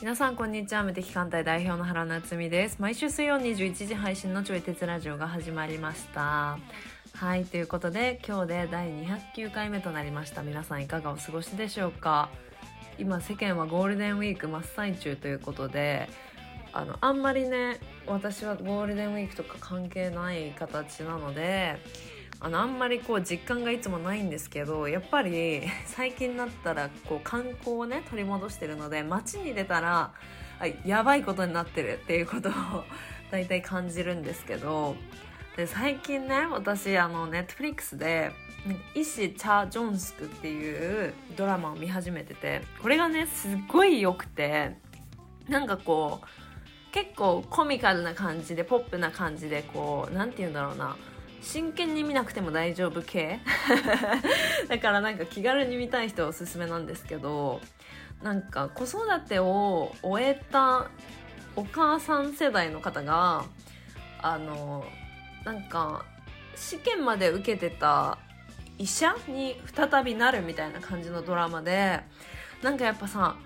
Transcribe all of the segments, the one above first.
皆さんこんにちは無敵艦隊代表の原夏実です毎週水曜21時配信のちょい鉄ラジオが始まりましたはいということで今日で第209回目となりました皆さんいかがお過ごしでしょうか今世間はゴールデンウィーク真っ最中ということであのあんまりね私はゴールデンウィークとか関係ない形なのであのあんまりこう実感がいつもないんですけどやっぱり 最近になったらこう観光をね取り戻してるので街に出たらあやばいことになってるっていうことを 大体感じるんですけどで最近ね私あのネットフリックスでなんか医師チャ・ジョンスクっていうドラマを見始めててこれがねすっごい良くてなんかこう結構コミカルな感じでポップな感じでこうなんて言うんだろうな真剣に見なくても大丈夫系 だからなんか気軽に見たい人はおすすめなんですけどなんか子育てを終えたお母さん世代の方があのなんか試験まで受けてた医者に再びなるみたいな感じのドラマでなんかやっぱさ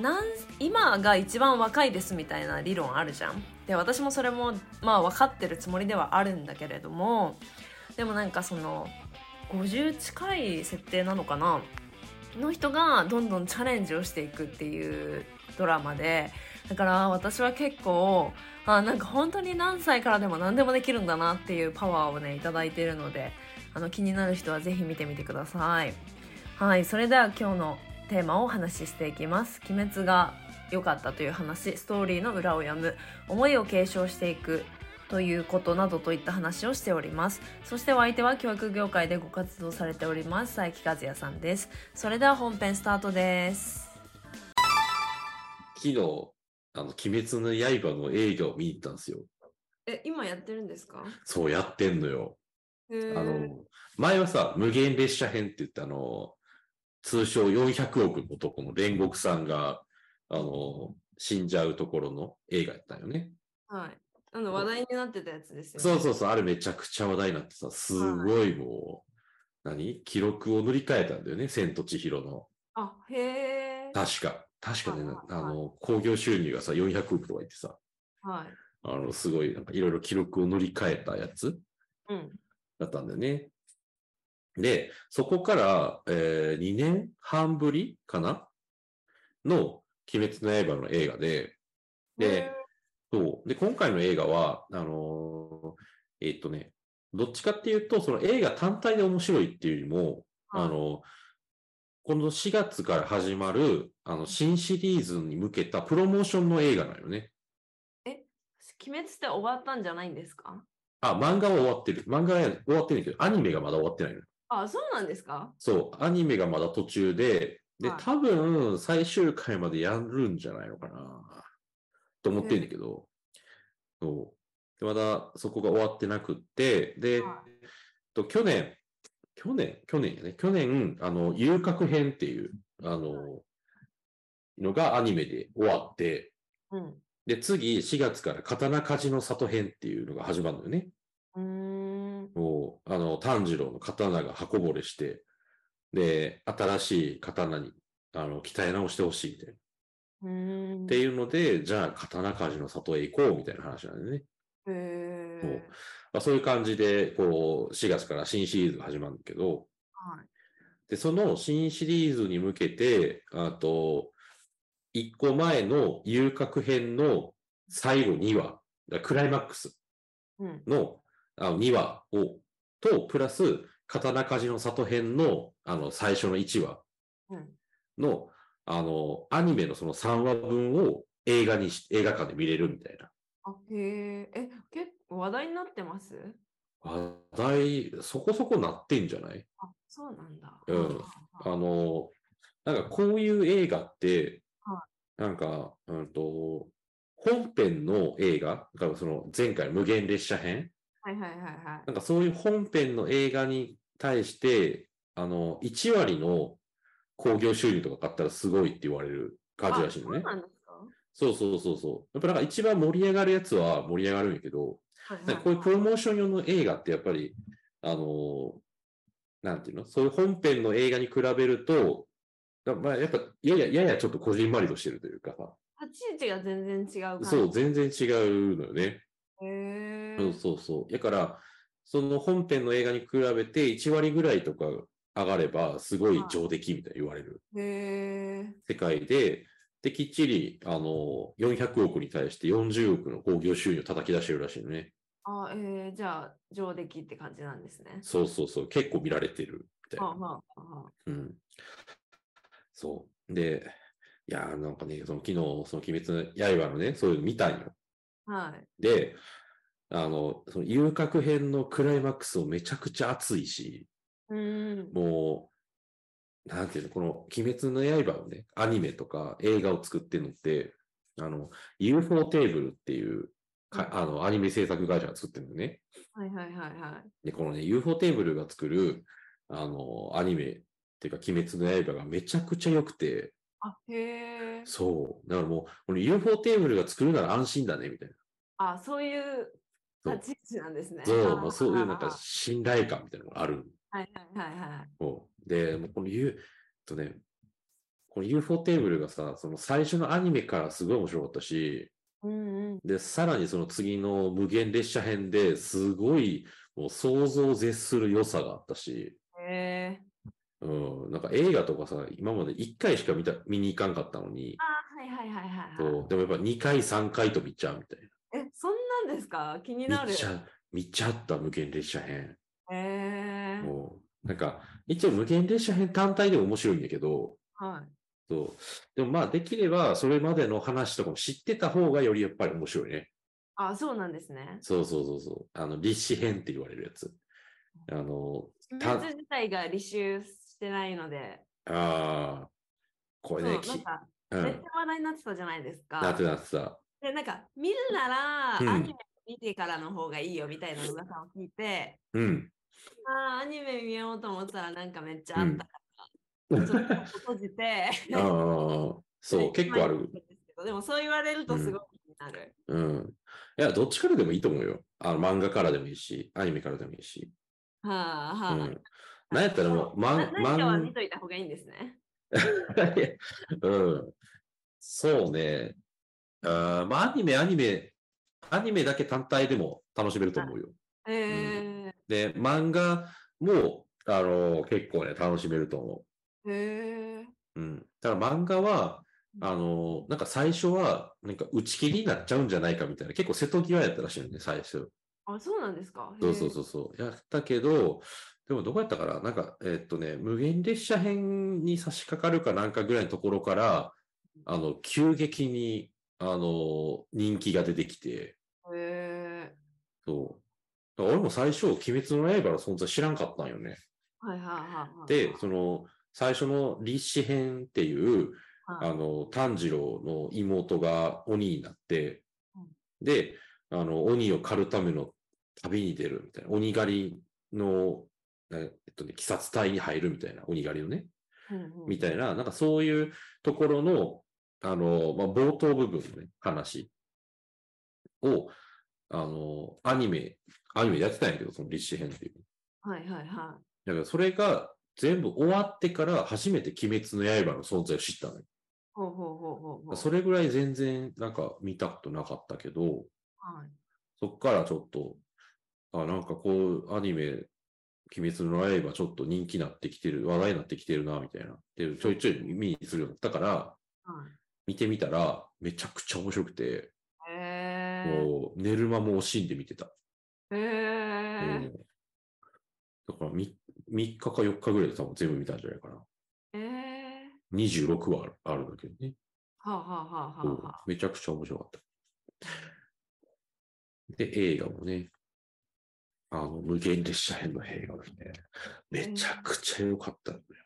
なん今が一番若いですみたいな理論あるじゃん。で私もそれもまあ分かってるつもりではあるんだけれどもでもなんかその50近い設定なのかなの人がどんどんチャレンジをしていくっていうドラマでだから私は結構あなんか本当に何歳からでも何でもできるんだなっていうパワーをね頂いただいているのであの気になる人はぜひ見てみてください。はい、それでは今日のテーマをお話ししていきます。鬼滅が良かったという話、ストーリーの裏を読む、思いを継承していくということなどといった話をしております。そしてお相手は教育業界でご活動されております、佐伯和也さんです。それでは本編スタートです。昨日、あの、鬼滅の刃の映画を見に行ったんですよ。え、今やってるんですかそうやってんのよ。ああの、前はさ、無限列車編って言って、あの、通称400億の男の煉獄さんが、あの、死んじゃうところの映画やったんよね。はい。あの話題になってたやつですそうそうそう、あれめちゃくちゃ話題になってさ、すごいもう、何記録を塗り替えたんだよね、千と千尋の。あ、へえ。確か。確かねはいは、いあはいの、興行収入がさ、400億とか言ってさ、はい。あの、すごい、なんかいろいろ記録を塗り替えたやつうん。だったんだよね。で、そこから、えー2年半ぶりかなの鬼滅の刃の映画で、で、そう。で、今回の映画は、あのーえーっとね、どっちかっていうと、その映画単体で面白いっていうよりも、あの、この4月から始まる、あの、新シリーズに向けたプロモーションの映画なのよね。鬼滅って終わったんじゃないんですかあ、漫画は終わってる。漫画は終わってるんだけど、アニメがまだ終わってないのよあ、そうなんですかそう、アニメがまだ途中で、で、はい多分最終回までやるんじゃないのかなと思ってんだけど、そう。で、まだそこが終わってなくって、で、はと去年、去年、去年やね、去年、あの、遊郭編っていう、あの、のがアニメで終わって、うん。で、次、4月から刀鍛冶の里編っていうのが始まるのよね。うーん。もう、あの、炭治郎の刀が刃こぼれして、で、新しい刀に、あの、鍛え直してほしいみたいな。うーんっていうので、じゃあ、刀鍛冶の里へ行こうみたいな話なんでね。へそえう。まあ、そういう感じで、こう、4月から新シリーズが始まるんだけど、はい。で、その新シリーズに向けて、あと、1個前の遊郭編の最後2話、だからクライマックスうん。のあの2話を、と、プラス、刀鍛冶の里編の、あの、最初の1話うん。の、あの、アニメのその3話分を映画にし、映画館で見れるみたいな。あ、へえ。え、結構話題になってます話題、そこそこなってんじゃないあ、そうなんだ。うんはあの、なんかこういう映画っては、なんか、うんと、本編の映画、だからその前回無限列車編いはいはいはい。なんかそういう本編の映画に対して、あの、1割の興行収入とか買ったらすごいって言われる感じらしいのねあそう。なんですかそうそうそうそう。やっぱなんか一番盛り上がるやつは盛り上がるんやけど、はいなんかこういうプロモーション用の映画ってやっぱり、あのーなんていうのそういう本編の映画に比べると、だまあやっぱ、やや、ややちょっとこじんまりとしてるというかさ、立ち位置が全然違う感じ。そう、全然違うのよね。へそうーそうそう。だから、その本編の映画に比べて1割ぐらいとか上がれば、すごい上出来みたいに言われるへー世界で、で、きっちり、あの、400億に対して40億の興行収入を叩き出してるらしいのね。あ、えー、じゃあ、上出来って感じなんですね。そうそうそう。結構見られてるみたいはあな。はあはあうん。そう。で、いやーなんかね、その昨日、その鬼滅の刃のね、そういうの見たんよ。はい。で、あの、その遊郭編のクライマックスもめちゃくちゃ熱いし、うーん。もう、なんていうの、この鬼滅の刃をね、アニメとか映画を作ってるのって、あの、UFO テーブルっていうか、あの、アニメ制作会社が作ってるのね。はいはいはいはい。で、このね、UFO テーブルが作る、あの、アニメっていうか、鬼滅の刃がめちゃくちゃ良くて、あ、へえ。そう。だからもう、この UFO テーブルが作るなら安心だね、みたいな。あ、そういうそう立ち位置なんですね。そう、あもうそういうなんあか信頼感みたいなのがある。はいはいはいはい。そうで、もうこの U、とね、この UFO テーブルがさ、その最初のアニメからすごい面白かったし、うんうん。で、さらにその次の無限列車編ですごいもう想像を絶する良さがあったし、へえ。うん、なんか映画とかさ、今まで1回しか見た、見に行かんかったのに、あ、はいはいはいはいはい。そうでもやっぱ2回、3回と見ちゃうみたいえ、そんなんですか気にな。な見る。ちゃ、見ちゃった無限列車編。へえ。もう、なんか、一応無限列車編単体でも面白いんだけど、はい。そう。でもまあできればそれまでの話とかも知ってた方がよりやっぱり面白いね。あ、そうなんですね。そうそうそうそう。あの、立志編って言われるやつ。あの、た別自体が履修してないので、ああ、こそうれなね、んきか、うめっちゃん。話題になってたじゃないですなっかて。たなってた。で、なんか、見るなら、うんアニメ見てからの方がいいよみたいな噂を聞いて、うん。あーアニメ見ようと思ったら、なんかめっちゃあったかうら、んちょっと閉じて、ああ、そう、 結構あまる。見たんですけど。でも、そう言われるとすごい気になる。うん。いや、どっちからでもいいと思うよ。あの、漫画からでもいいし、アニメからでもいいし。はあ、はうあ。ん。なんやったらもう、まな何かは漫見といた方がいいんですね。画、うん。そうね。あーまあ、アニメ、アニメ、アニメだけ単体でも楽しめると思うよ。えで、漫画も、あの、結構ね、楽しめると思ー、えー、う。うん。ただ漫画は、あの、なんか最初は、なんか打ち切りになっちゃうんじゃないかみたいな、結構瀬戸際やったらしいよね、最初。あ、そうなんですか。そうそうう。そうそう。やったけど、でもどこやったかななんか、えっとね、無限列車編に差し掛かるかなんかぐらいのところから、あの、急激に、あの、人気が出てきて、えそう。だから俺も最初、鬼滅の刃の存在知らんかったんよね。ー、はいはいはいはい。で、その、最初の立志編っていう、はいあの、炭治郎の妹が鬼になってうん、で、あの、鬼を狩るための旅に出るみたいな、鬼狩りの、なえっとね、鬼殺隊に入るみたいな、鬼狩りのね、うんうんみたいな、なんかそういうところの、あの、まあ、冒頭部分のね、話を、あの、アニメ、アニメでやってたんやけど、その立志編っていう。はいはいはだからそれが全部終わってから初めて鬼滅の刃の存在を知ったのよ。い。ほうほうほうほうほう。それぐらい全然なんか見たことなかったけど、はいそっからちょっと、あ、なんかこうアニメ、鬼滅の刃ちょっと人気になってきてる、話題になってきてるな、みたいな。で、ちょいちょい見にするようになったから、はい。見てみたらめちゃくちゃ面白くて、へえもう寝る間も惜しんで見てた。ー。へうんだから 3, 日か4日ぐらいで多分全部見たんじゃないかな。えー。え26話あるあるんだけどね。ー。はあはあはあはあそうはあ。めちゃくちゃ面白かった。で、映画もね、あの、無限列車編の映画もね、めちゃくちゃ良かったんだよ。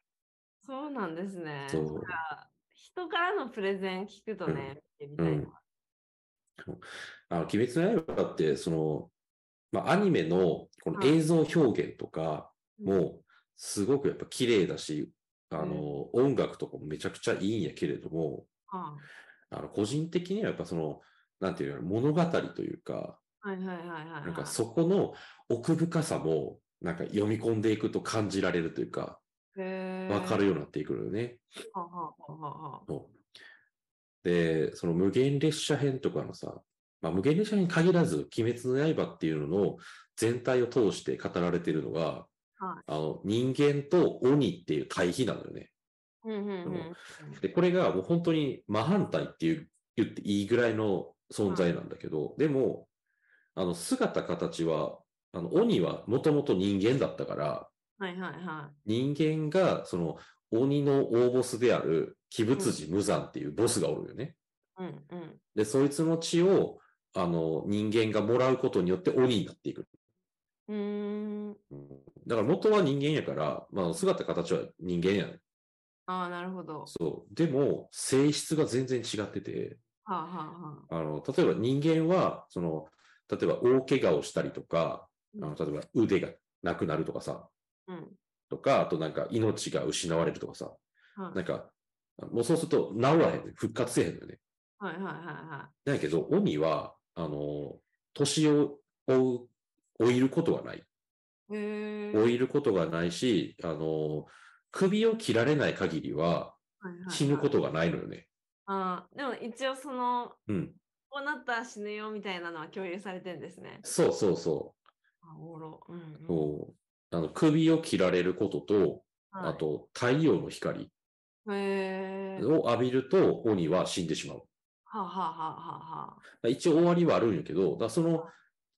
そうなんですね。そうなんか人からのプレゼン聞くとね、見てみたいな。あの、鬼滅の刃って、その、まあ、アニメのこのはい映像表現とかうんも、すごくやっぱ綺麗だし、あの、音楽とかもめちゃくちゃいいんやけれども、はあの個人的にはやっぱその、なんていうの、物語というか、はいはいはいはいはい。なんかそこの奥深さも、なんか読み込んでいくと感じられるというか、へーわかるようになっていくのよね。はあはあはあはあそうで、その無限列車編とかのさ、まあ、無限列車編に限らず、鬼滅の刃っていうのの全体を通して語られているのが、はいあの人間と鬼っていう対比なのよね。うんうんうん。で、これがもう本当に真反対っていう言っていいぐらいの存在なんだけど、でも、あの姿形は、あの鬼はもともと人間だったから、はいはいは人間がその鬼の大ボスである鬼仏寺無惨っていうボスがおるよね。い。うんうん。で、そいつの血を、あの、人間がもらうことによって鬼になっていく。うーん。だから元は人間やから、まあ姿形は人間やねん。ああ、なるほど。はそう。でも、性質が全然違ってて、あはあはあの、例えば人間は、その、例えば大怪我をしたりとか、あの、例えば腕がなくなるとかさ、あ。うん。とか、あとなんか命が失われるとかさ、はいなんか、もうそうすると治らへんねん。復活せへんのよね。はいはいはだけど、鬼は、あの、年を追う、老いることはない。いはい。へえ。老いることがないし、あの、首を切られない限りははいはいはい死ぬことがないのよね。ああ、でも一応その、うん。こうなったら死ぬよみたいなのは共有されてんですね。そうそうそあおもろ。うん、うんう。。そうあの首を切られることと、はいあ。と太陽の光へえ。はを浴びると鬼は死んでしまう。あ、はあはあはあは一応終わりはあるんやけど、だからその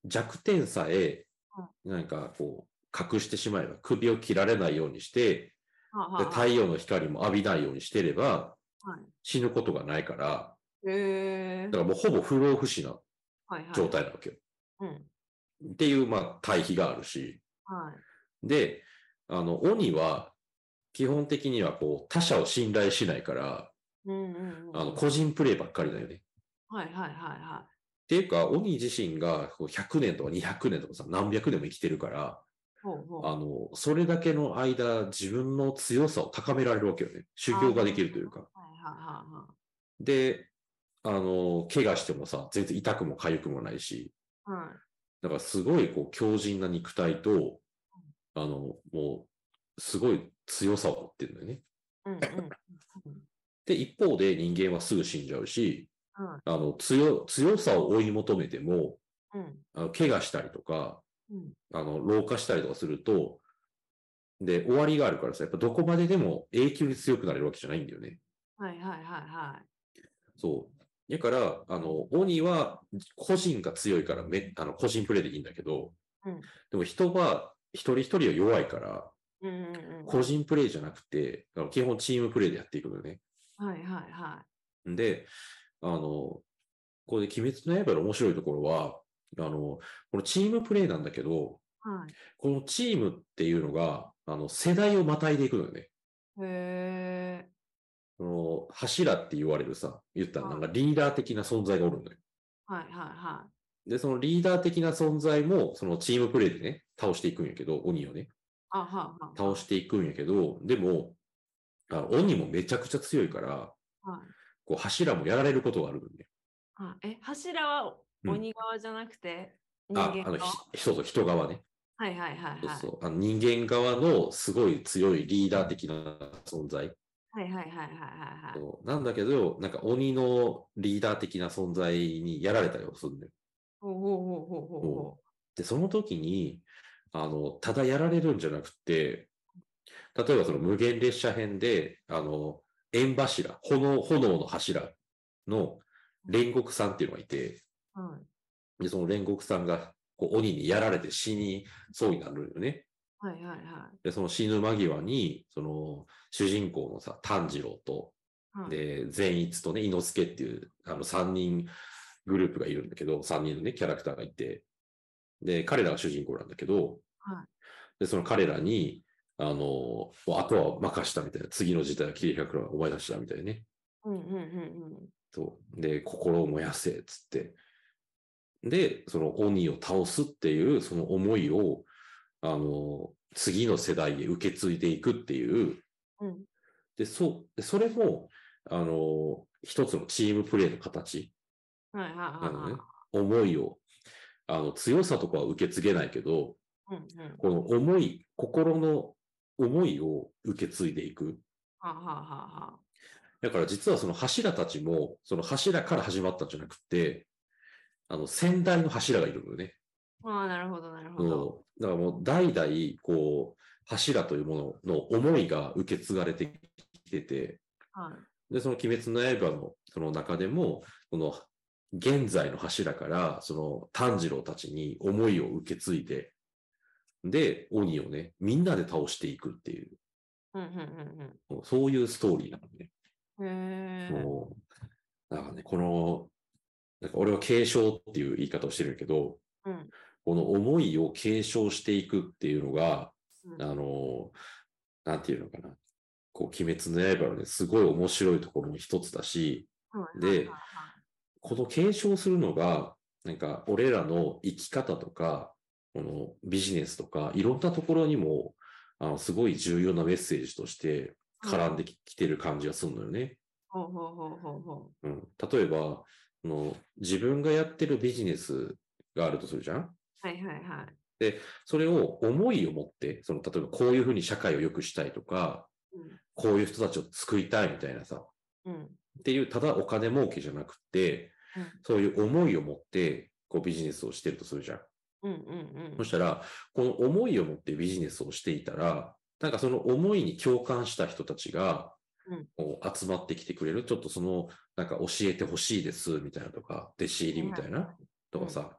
弱点さえは、なんかこう、隠してしまえば首を切られないようにして、あ。はあはであはあ。太陽の光も浴びないようにしてればはい、死ぬことがないから、へえだか。らもうほぼ不老不死なはいはい。状態なわけよ。うん。っていう、まあ、対比があるし。はい。で、あの、鬼は、基本的にはこう、他者を信頼しないから、うんうんうん。あの、個人プレイばっかりだよね。っはいはいはいはていうか、鬼自身がこう100年とか200年とかさ、何百年も生きてるから、い。ほうほう。あの、それだけの間、自分の強さを高められるわけよね。修行ができるというか。はいはいはいはい。で、あの、怪我してもさ、全然痛くも痒くもないし、はい。だからすごいこう強靭な肉体と、あの、もう、すごい強さを持ってるんだよね。うんうんうんで、一方で人間はすぐ死んじゃうし、うんあの、強、強さを追い求めても、うんあの怪我したりとか、うんあの、老化したりとかすると、で、終わりがあるからさ、やっぱどこまででも永久に強くなれるわけじゃないんだよね。はいはいはいはい。そう。だから、あの、鬼は個人が強いからめ、あの、個人プレイでいいんだけど、うんでも人は一人一人は弱いから、うんうんうん。個人プレイじゃなくて、あの基本チームプレイでやっていくのよね。はいはいはで、あの、ここで鬼滅の刃の面白いところは、あの、このチームプレイなんだけど、い。はい。このチームっていうのが、あの、世代をまたいでいくのよね。へえ。その、柱って言われるさ、言ったらなんかリーダー的な存在がおるのよ。はいはいはで、そのリーダー的な存在も、そのチームプレイでね、倒していくんやけど、鬼をね、い。あはあはあ。倒していくんやけど、でも、あの鬼もめちゃくちゃ強いから、はいこう柱もやられることがあるのよね。あえ、柱はうん鬼側じゃなくて、人あ間、あの、側ひそうそう、人側ね。はいはいはいそうはい。そう。あの人間側のすごい強いリーダー的な存在。はいはいはいはいはいはい。そうなんだけど、なんか鬼のリーダー的な存在にやられたりもするんだよ。ほうほうほうほうほうほで、その時に、あの、ただやられるんじゃなくて、例えばその無限列車編で、あの、縁柱、炎、炎の柱の煉獄さんっていうのがいて、う。はいで、その煉獄さんがこう鬼にやられて死にそうになるよね。はいはいはい。で、その死ぬ間際に、その、主人公のさ、炭治郎と、はい、で、善逸とね、伊之助っていう、あの、三人グループがいるんだけど、三人のね、キャラクターがいて、で、彼らが主人公なんだけど、はで、その彼らに、あの、もうあとは任したみたいな、次の事態は切り開くからお前たちだみたいなね。うんうんうんうん。そう。で、心を燃やせ、つって。で、その鬼を倒すっていう、その思いを、あの、次の世代へ受け継いでいくっていう、うんで、そう、でそれも、あの、一つのチームプレーの形はいはいはいなのはいね。思いを、あの、強さとかは受け継げないけど、うんうんこの思い、心の思いを受け継いでいく。はあはあはあはあだから実はその柱たちも、その柱から始まったんじゃなくて、あの、先代の柱がいるのよね。ああ、なるほど、なるほど。そう。だからもう代々、こう、柱というものの思いが受け継がれてきてて、はい。で、その鬼滅の刃のその中でも、この現在の柱から、その炭治郎たちに思いを受け継いで、で、鬼をね、みんなで倒していくっていう、うんうんもうそういうストーリーなのね。うんうん。へえ。もう、なんかね、この、なんか俺は継承っていう言い方をしてるけど、うんこの思いを継承していくっていうのが、うんあの、なんていうのかな。こう、鬼滅の刃のね、すごい面白いところの一つだし、はいではいこの継承するのが、なんか、俺らの生き方とか、このビジネスとか、いろんなところにも、あの、すごい重要なメッセージとしてはいはい絡んでききてる感じがするのよね。ほうほうほうほうほうん、例えばあの、自分がやってるビジネスがあるとするじゃんう。はいはいはい。それを思いを持って、その例えばこういうふうに社会を良くしたいとか、うんこういう人たちを救いたいみたいなさ、っうん。ていう、ただお金儲けじゃなくてうん、そういう思いを持って、こうビジネスをしてるとするじゃん。うんうんうそん。したら、この思いを持ってビジネスをしていたら、なんかその思いに共感した人たちがうん、こう集まってきてくれる、ちょっとその、なんか教えてほしいです、みたいなとか、弟子入りみたいな。とかさ、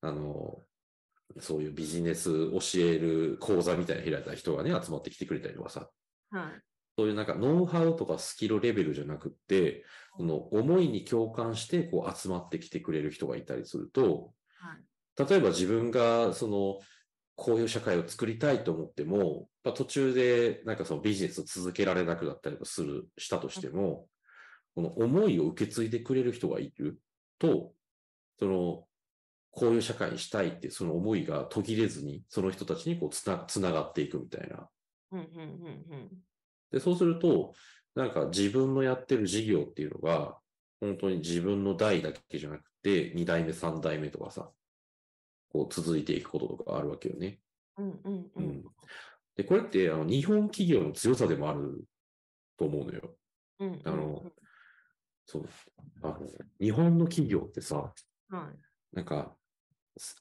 あの、そういうビジネス教える講座みたいなの開いた人がね、集まってきてくれたりとかさ、はい。そういうなんかノウハウとかスキルレベルじゃなくって、その思いに共感してこう集まってきてくれる人がいたりすると、はい例えば自分がその、こういう社会を作りたいと思っても、まあ、途中でなんかそのビジネスを続けられなくなったりとかする、したとしても、この思いを受け継いでくれる人がいると、その、こういう社会にしたいっていうその思いが途切れずに、その人たちにこうつな、つながっていくみたいな。うんうんうんうん。で、そうすると、なんか自分のやってる事業っていうのが、本当に自分の代だけじゃなくて、2代目、3代目とかさ、こう続いていくこととかあるわけよね。うんうんううんん。で、これって、あの、日本企業の強さでもあると思うのよ。うんうん。あのそう。あの、日本の企業ってさ、はなんか、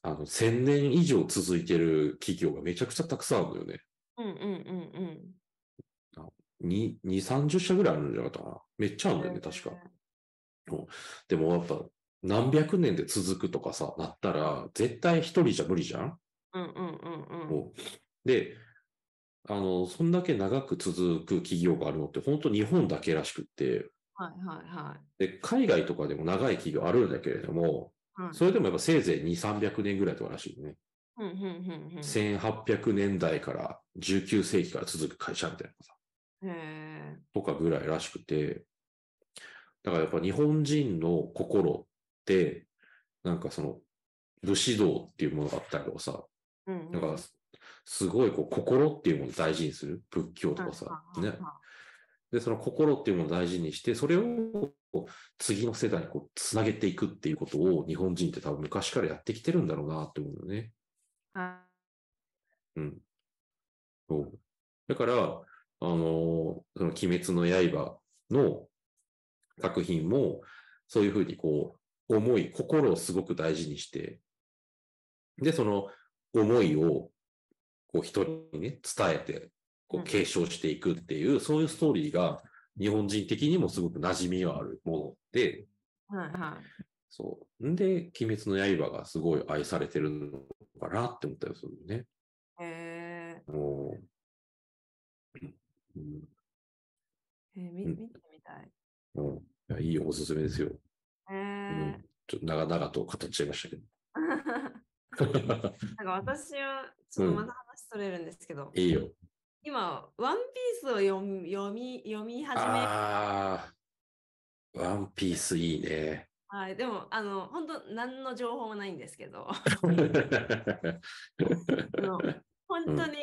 あの、1000年以上続いてる企業がめちゃくちゃたくさんあるのよね。い。うんうんうんに、2、30社ぐらいあるんじゃなかったかな。めっちゃあうるん。んだよね、確か。でもやっぱ何百年で続くとかさ、なったら絶対一人じゃ無理じゃん、うんうんうんうん。もうで、あの、そんだけ長く続く企業があるのって本当日本だけらしくって、はいはいはで、海外とかでも長い企業あるんだけれども、い。はい。それでもやっぱせいぜい2、300年ぐらいとからしいよね。うんうんうんうん。へ1800年代から19世紀から続く会社みたいなさ、え。とかぐらいらしくて、だからやっぱ日本人の心って、なんかその、武士道っていうものがあったりとかさ、うんうん。だから、すごいこう心っていうものを大事にする。仏教とかさ。はいねはい。はで、その心っていうものを大事にして、それを次の世代にこうつなげていくっていうことを日本人って多分昔からやってきてるんだろうなって思うよね。いはい。うん。そう。だから、あのその鬼滅の刃の作品も、そういうふうにこう、思い、心をすごく大事にして、で、その思いを、こう、人にね、伝えて、こうんう、継承していくっていう、そういうストーリーが、日本人的にもすごく馴染みがあるもので、はいはい。そう。んで、鬼滅の刃がすごい愛されてるのかなって思ったりするよね。へおーうんえ。え、み、うん見てみたい。うんいやいいよ、おすすめですよ。へうえん。ちょっと長々と語っちゃいましたけど。 なんか私は、ちょっとうんまた話それるんですけど、いいよ。今、ワンピースを読み、読み、読み始め、ああ、ワンピースいい ね。はい、でも、あの、本当何の情報もないんですけど、 あの本当に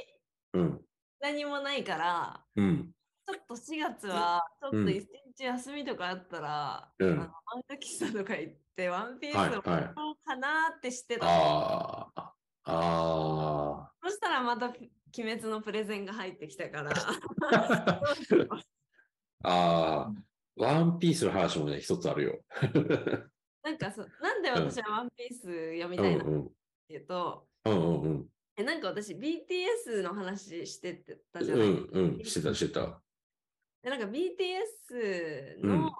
うん、何もないから、うん、ちょっと4月は、ちょっと一日休みとかあったら、うんあの漫画喫茶とか行って、ワンピースをはいはい買おうかなってしてた、あーあそしたらまた「鬼滅」のプレゼンが入ってきた から。ー。ああ、ワンピースの話もね、一つあるよ。なんかそうなんでん私はワンピース読みうたんいうなってん。いうと、うんうんうん。えなんか私 BTS の話してってたじゃうない、んうん。してた、してた。でなんか BTS うの、ん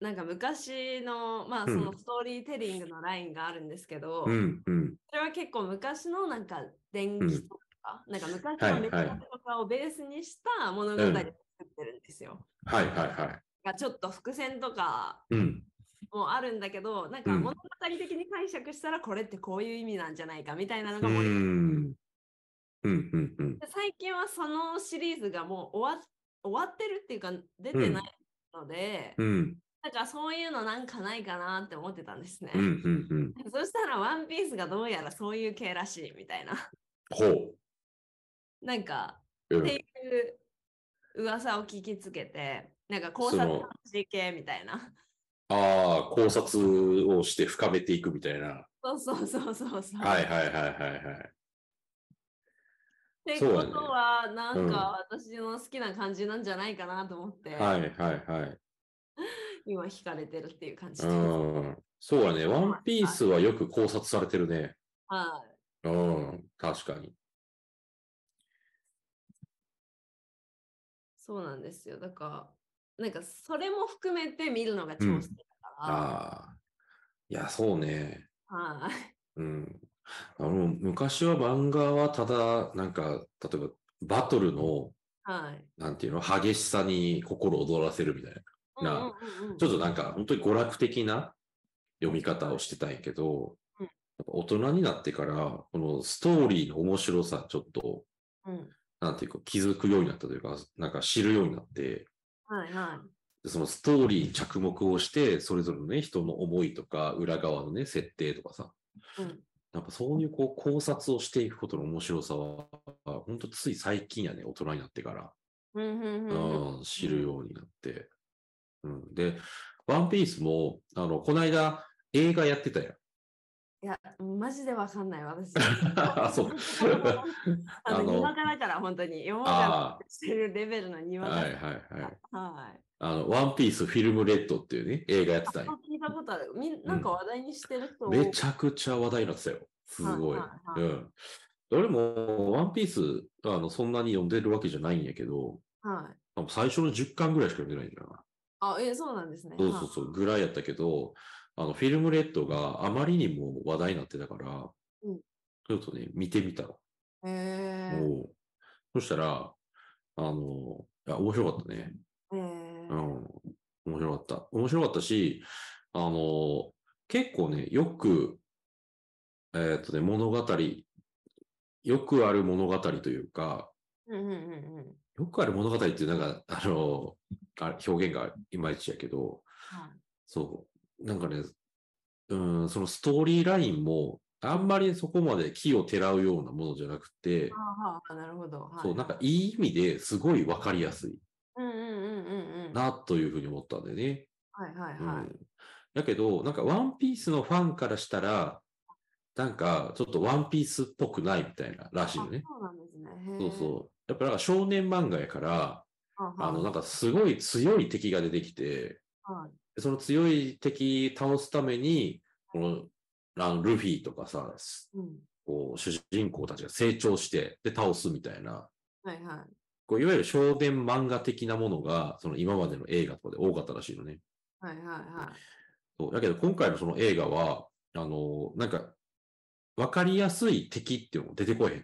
なんか昔のまあうそんのストーリーテリングのラインがあるんですけど、うんうん。それは結構昔のなんか電う気んとか、なんか昔はいはのメいタルとかをベースにした物語をうん作ってるんですよ。はいはいはがちょっと伏線とかい。うん。もあるんだけど、なんかうん物語的に解釈したらこれってこういう意味なんじゃないかみたいなのうが盛りん。うんうんうん。で最近はそのシリーズがもう終わっ終わってるっていうか出てないので、うんなんかそういうのなんかないかなって思ってたんですね。うんうんうん。 そしたら「ワンピースがどうやらそういう系らしいみたいな。 ほう。なんかうってん、いう噂を聞きつけてなんか考そ察の系みたいな。 ああ、考察をして深めていくみたいな。そうそうそうそうそう。はいっはいはいはいはい。てそうこだねとは、なんうんか私の好きな感じなんじゃないかなと思って、はいはいはい。今惹かれてるっていう感じでうす。はい、ん。そうだね。ワンピースはよく考察されてるね。うん。確かに。そうなんですよ。だから、なんかそれも含めて見るのが超好きだかああ。いや、そうね。ら、はい、うん。あの、昔は漫画はただ、なんか、例えば、バトルの、はい。なんていうの、激しさに心躍らせるみたいな。なあうんうんうんうんちょっとなんか、本当に娯楽的な読み方をしてたんやけど、うんやっぱ大人になってから、このストーリーの面白さ、ちょっと、うんなんていうか、気づくようになったというか、なんか知るようになって、はいはでそのストーリーに着目をして、それぞれのね、人の思いとか、裏側のね、設定とかさ、い。うんなんかそういうこう考察をしていくことの面白さは、本当つい最近やね、大人になってから、うんうんうんうんうん、知るようになって。うん、で、ワンピースも、あの、この間映画やってたやん。いや、マジでわかんない、私。 あそう あの、あのにわかだから、本当に。読もうがあしてるレベルのにあ、わか。ははいい。はいはい。あの、ワンピースフィルムレッドっていうね、映画やってたんあよ。聞いたことある。みんなんか話題にしてる人多いめちゃくちゃ話題になってたよ。すごい。はいはいうん。俺も、ワンピース、あの、そんなに読んでるわけじゃないんやけど、はい。最初の10巻ぐらいしか読んでないんだよな。あ、え、そうなんですね。そうそうそう、ぐらいやったけど、あの、フィルムレッドがあまりにも話題になってたから、うんちょっとね、見てみたの。はい。へーおうそしたら、あの、いや、面白かったね。へうーん。面白かった。面白かったし、あの、結構ね、よく、えーっとね、物語、よくある物語というか、うんうんうんうん。よくある物語っていうなんか、あの、あれ表現がいまいちやけど、はいそう。なんかね、うん、そのストーリーラインも、あんまりそこまで木をてらうようなものじゃなくて、ああ、なるほど。はいそう、なんかいい意味ですごいわかりやすいうんうんうんうん うん。はなというふうに思ったんだよね。いはういはい。ん。だけど、なんかワンピースのファンからしたら、なんかちょっとワンピースっぽくないみたいならしいあよね。そうなんですね。そうそう。やっぱなんか少年漫画やから、う。はあいの、なんかすごい強い敵が出てきて、はいその強い敵倒すために、この、あのルフィとかさ、すうんこう、主人公たちが成長して、で、倒すみたいな、はいはい。こう、いわゆる少年漫画的なものが、その今までの映画とかで多かったらしいのね。はいはいはい。そう。だけど、今回のその映画は、あの、なんか、わかりやすい敵っていうのも出てこえへ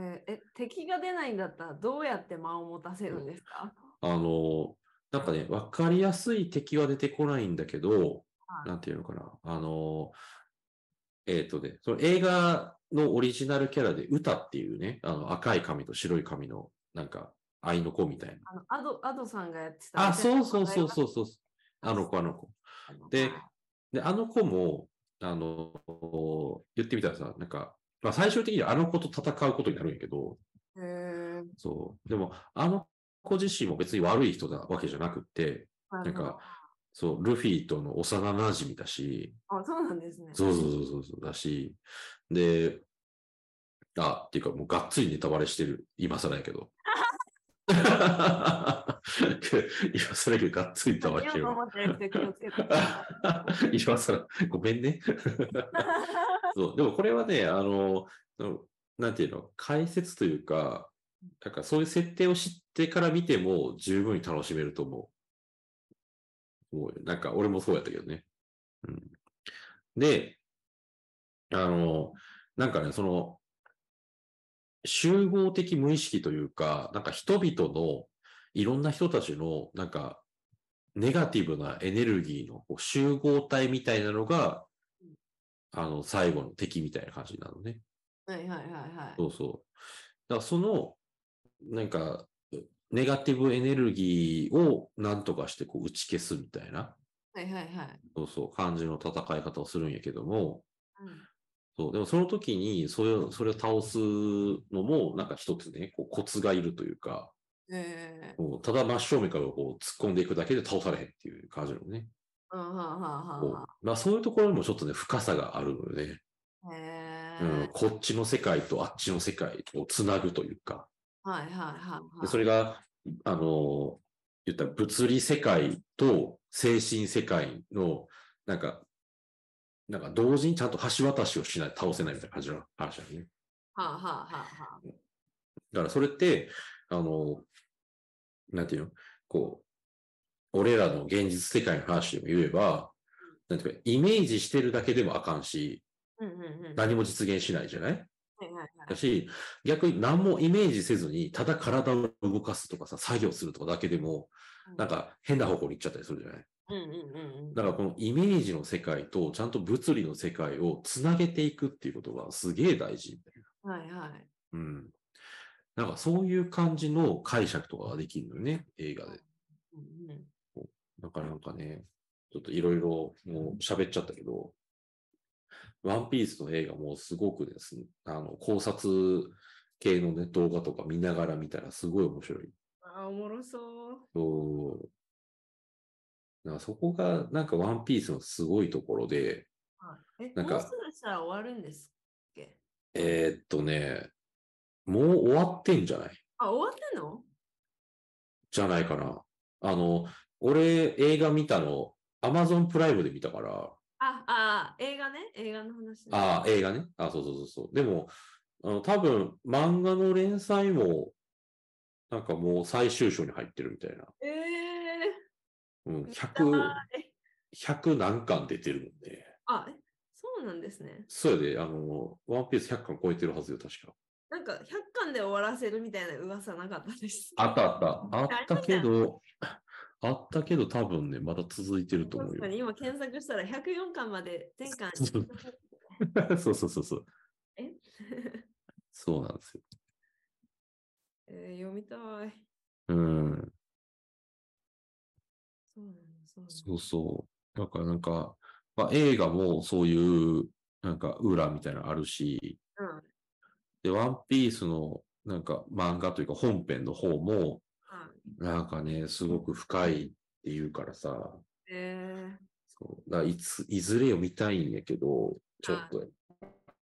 ん。えーえ、敵が出ないんだったらどうやって間を持たせるんですか あの、なんかね、わかりやすい敵は出てこないんだけど、はいなんていうのかな。あの、えっ、とね、その映画のオリジナルキャラで歌っていうね、あの赤い髪と白い髪の、なんか、愛の子みたいな。あのアドアドさんがやってた。。あ、そうそうそうそううそう。あの子、あの子。でで、あの子も、あの、言ってみたらさ、なんか、まあ、最終的にはあの子と戦うことになるんやけど、へーそう。でも、あの子自身も別に悪い人なわけじゃなくって、ななんか、そう、ルフィとの幼馴染みだし、あ、そうなんですね。そうそうそうそうそうだし、で、あ、っていうかもうがっつりネタバレしてる。今更やけど。 今更やけど、がっつりネタバレして見るようわと。思ってる人気をつけてください 今更、ごめんね。そう、でもこれはね、あの、なんていうの、解説というか、なんかそういう設定を知ってから見ても十分に楽しめると思う。もう、なんか俺もそうやったけどね。うん。で、あの、なんかね、その、集合的無意識というか、なんか人々の、いろんな人たちの、なんか、ネガティブなエネルギーのこう集合体みたいなのが、あの、最後の敵みたいな感じなのね。はいはいはいはい。 そうそう。だからその、なんか、ネガティブエネルギーをなんとかしてこう打ち消すみたいな、はいはいはい。そうそう、感じの戦い方をするんやけども、うんそう、でもその時に、それを、それを倒すのも、なんか一つね、こうコツがいるというか、えもうただ真正面からこう突っ込んでいくだけで倒されへんっていう感じのね。ー、うんはんはんはこんうはまあそういうところにもちょっとね、深さがあるのよね。ん。へうーん、こっちの世界とあっちの世界をつなぐというか、はいはいはいはでい。それが、あの、言ったら物理世界と精神世界の、なんか、なんか同時にちゃんと橋渡しをしない、倒せないみたいな感じの話だよね。はあ、はあはあはあ、だからそれって、あの、なんていうのこう、俺らの現実世界の話でも言えば、なんていうか、イメージしてるだけでもあかんし、うんうんうん。はい何も実現しないじゃないはいはだし、逆に何もイメージせずに、ただ体を動かすとかさ、作業するとかだけでも、い。なん、か変な方向に行っちゃったりするじゃないうんうんうんうん。だからこのイメージの世界と、ちゃんと物理の世界をつなげていくっていうことがすげえ大事みたいはいはい。な。うん。なんかそういう感じの解釈とかができるのよね、映画で。うんうんだからなんかね、ちょっといろいろもう喋っちゃったけど、ワンピースの映画もすごくですね、あの、考察系のね、動画とか見ながら見たらすごい面白い。あーおもろそう。そうなんかそこがなんかワンピースのすごいところで、え、なんかもうすぐしたら終わるんですっけえーっとね、もう終わってんじゃないあ、終わったのじゃないかな。あの、俺映画見たの、アマゾンプライムで見たから、あ、あ、映画ね、映画の話、ね。ああ、映画ね。あそうそうそうそう。でも、あの、多分、漫画の連載も、なんかもう最終章に入ってるみたいな。ええうん、見た100、100何巻出てるもんね。あ、えそうなんですね。そうやで、あの、ワンピース100巻超えてるはずよ、確か。なんか100巻で終わらせるみたいな噂なかったです。あったあった。あっありたましたけど、あったけど多分ね、まだ続いてると思う確かよ。に今検索したら104巻まで全巻。そう そうそうそうそう。え そうなんですよ。えー、読みたい。うん。そうなんだ、そうなんだ。そうそう。だからなんか、まあ、映画もそういう、なんか裏みたいなのあるし、うんで、ワンピースのなんか漫画というか本編の方も、はいなんかね、すごく深いっていうからさ、えそうだからいついずれ読みたいんやけど、ちょっと、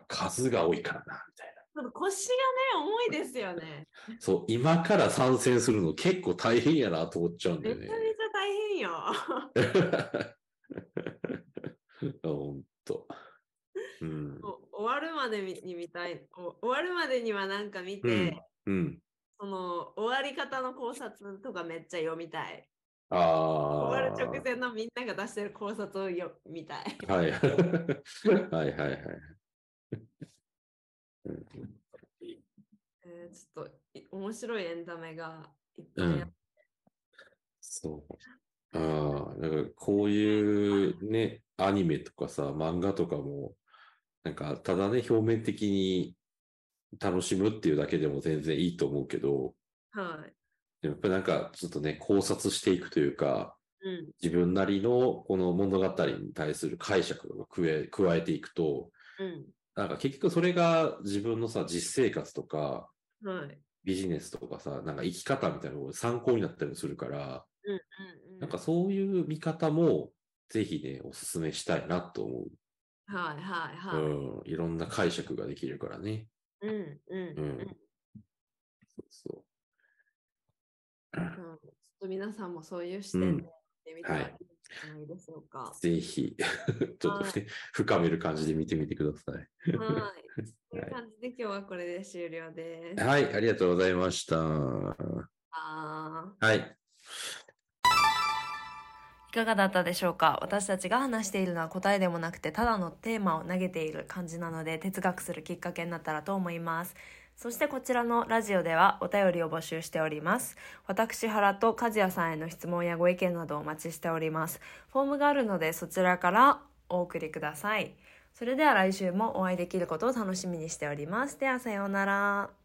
数が多いからな、みたいー、ちょっと腰がね、重いですよね。な。そう、今から参戦するの結構大変やなと思っちゃうんだめよちゃめちねゃ。大変よ。 ほんと。うん。お終わるまでにに見たいお。終わるまでにはなんか見て、うんうん。その終わり方の考察とかめっちゃ読みたい。ああ。終わる直前のみんなが出してる考察をよ見たい。 はい。 はいはいはい。 うんえーちょっとい面白いエンタメがいっぱういあんる。そう。ああ、だからこういうね、アニメとかさ、漫画とかも、なんかただね、表面的に楽しむっていうだけでも全然いいと思うけど、はい。でもやっぱりなんかちょっとね、考察していくというか、うん。自分なりのこの物語に対する解釈を加え加えていくと、うなんか結局それが自分のさ、実生活とか、ん。はい。ビジネスとかさ、なんか生き方みたいなのが参考になったりもするから、うんうんなんかそういう見方も、ぜひね、おすすめしたいなと思う。はいはいはい。うん、いろんな解釈ができるからね。うんうんううんん。そうそうんちょっと皆さんもそういう視点でやってみたらいいんじゃないでしょうかう。。ぜひ、 ちょっとふて深める感じで見てみてください。 はい。という感じで今日はこれで終了です。はい、ありがとうございました。はあーい。いかがだったでしょうか私たちが話しているのは答えでもなくてただのテーマを投げている感じなので哲学するきっかけになったらと思いますそしてこちらのラジオではお便りを募集しております私原と和也さんへの質問やご意見などお待ちしておりますフォームがあるのでそちらからお送りくださいそれでは来週もお会いできることを楽しみにしておりますではさようなら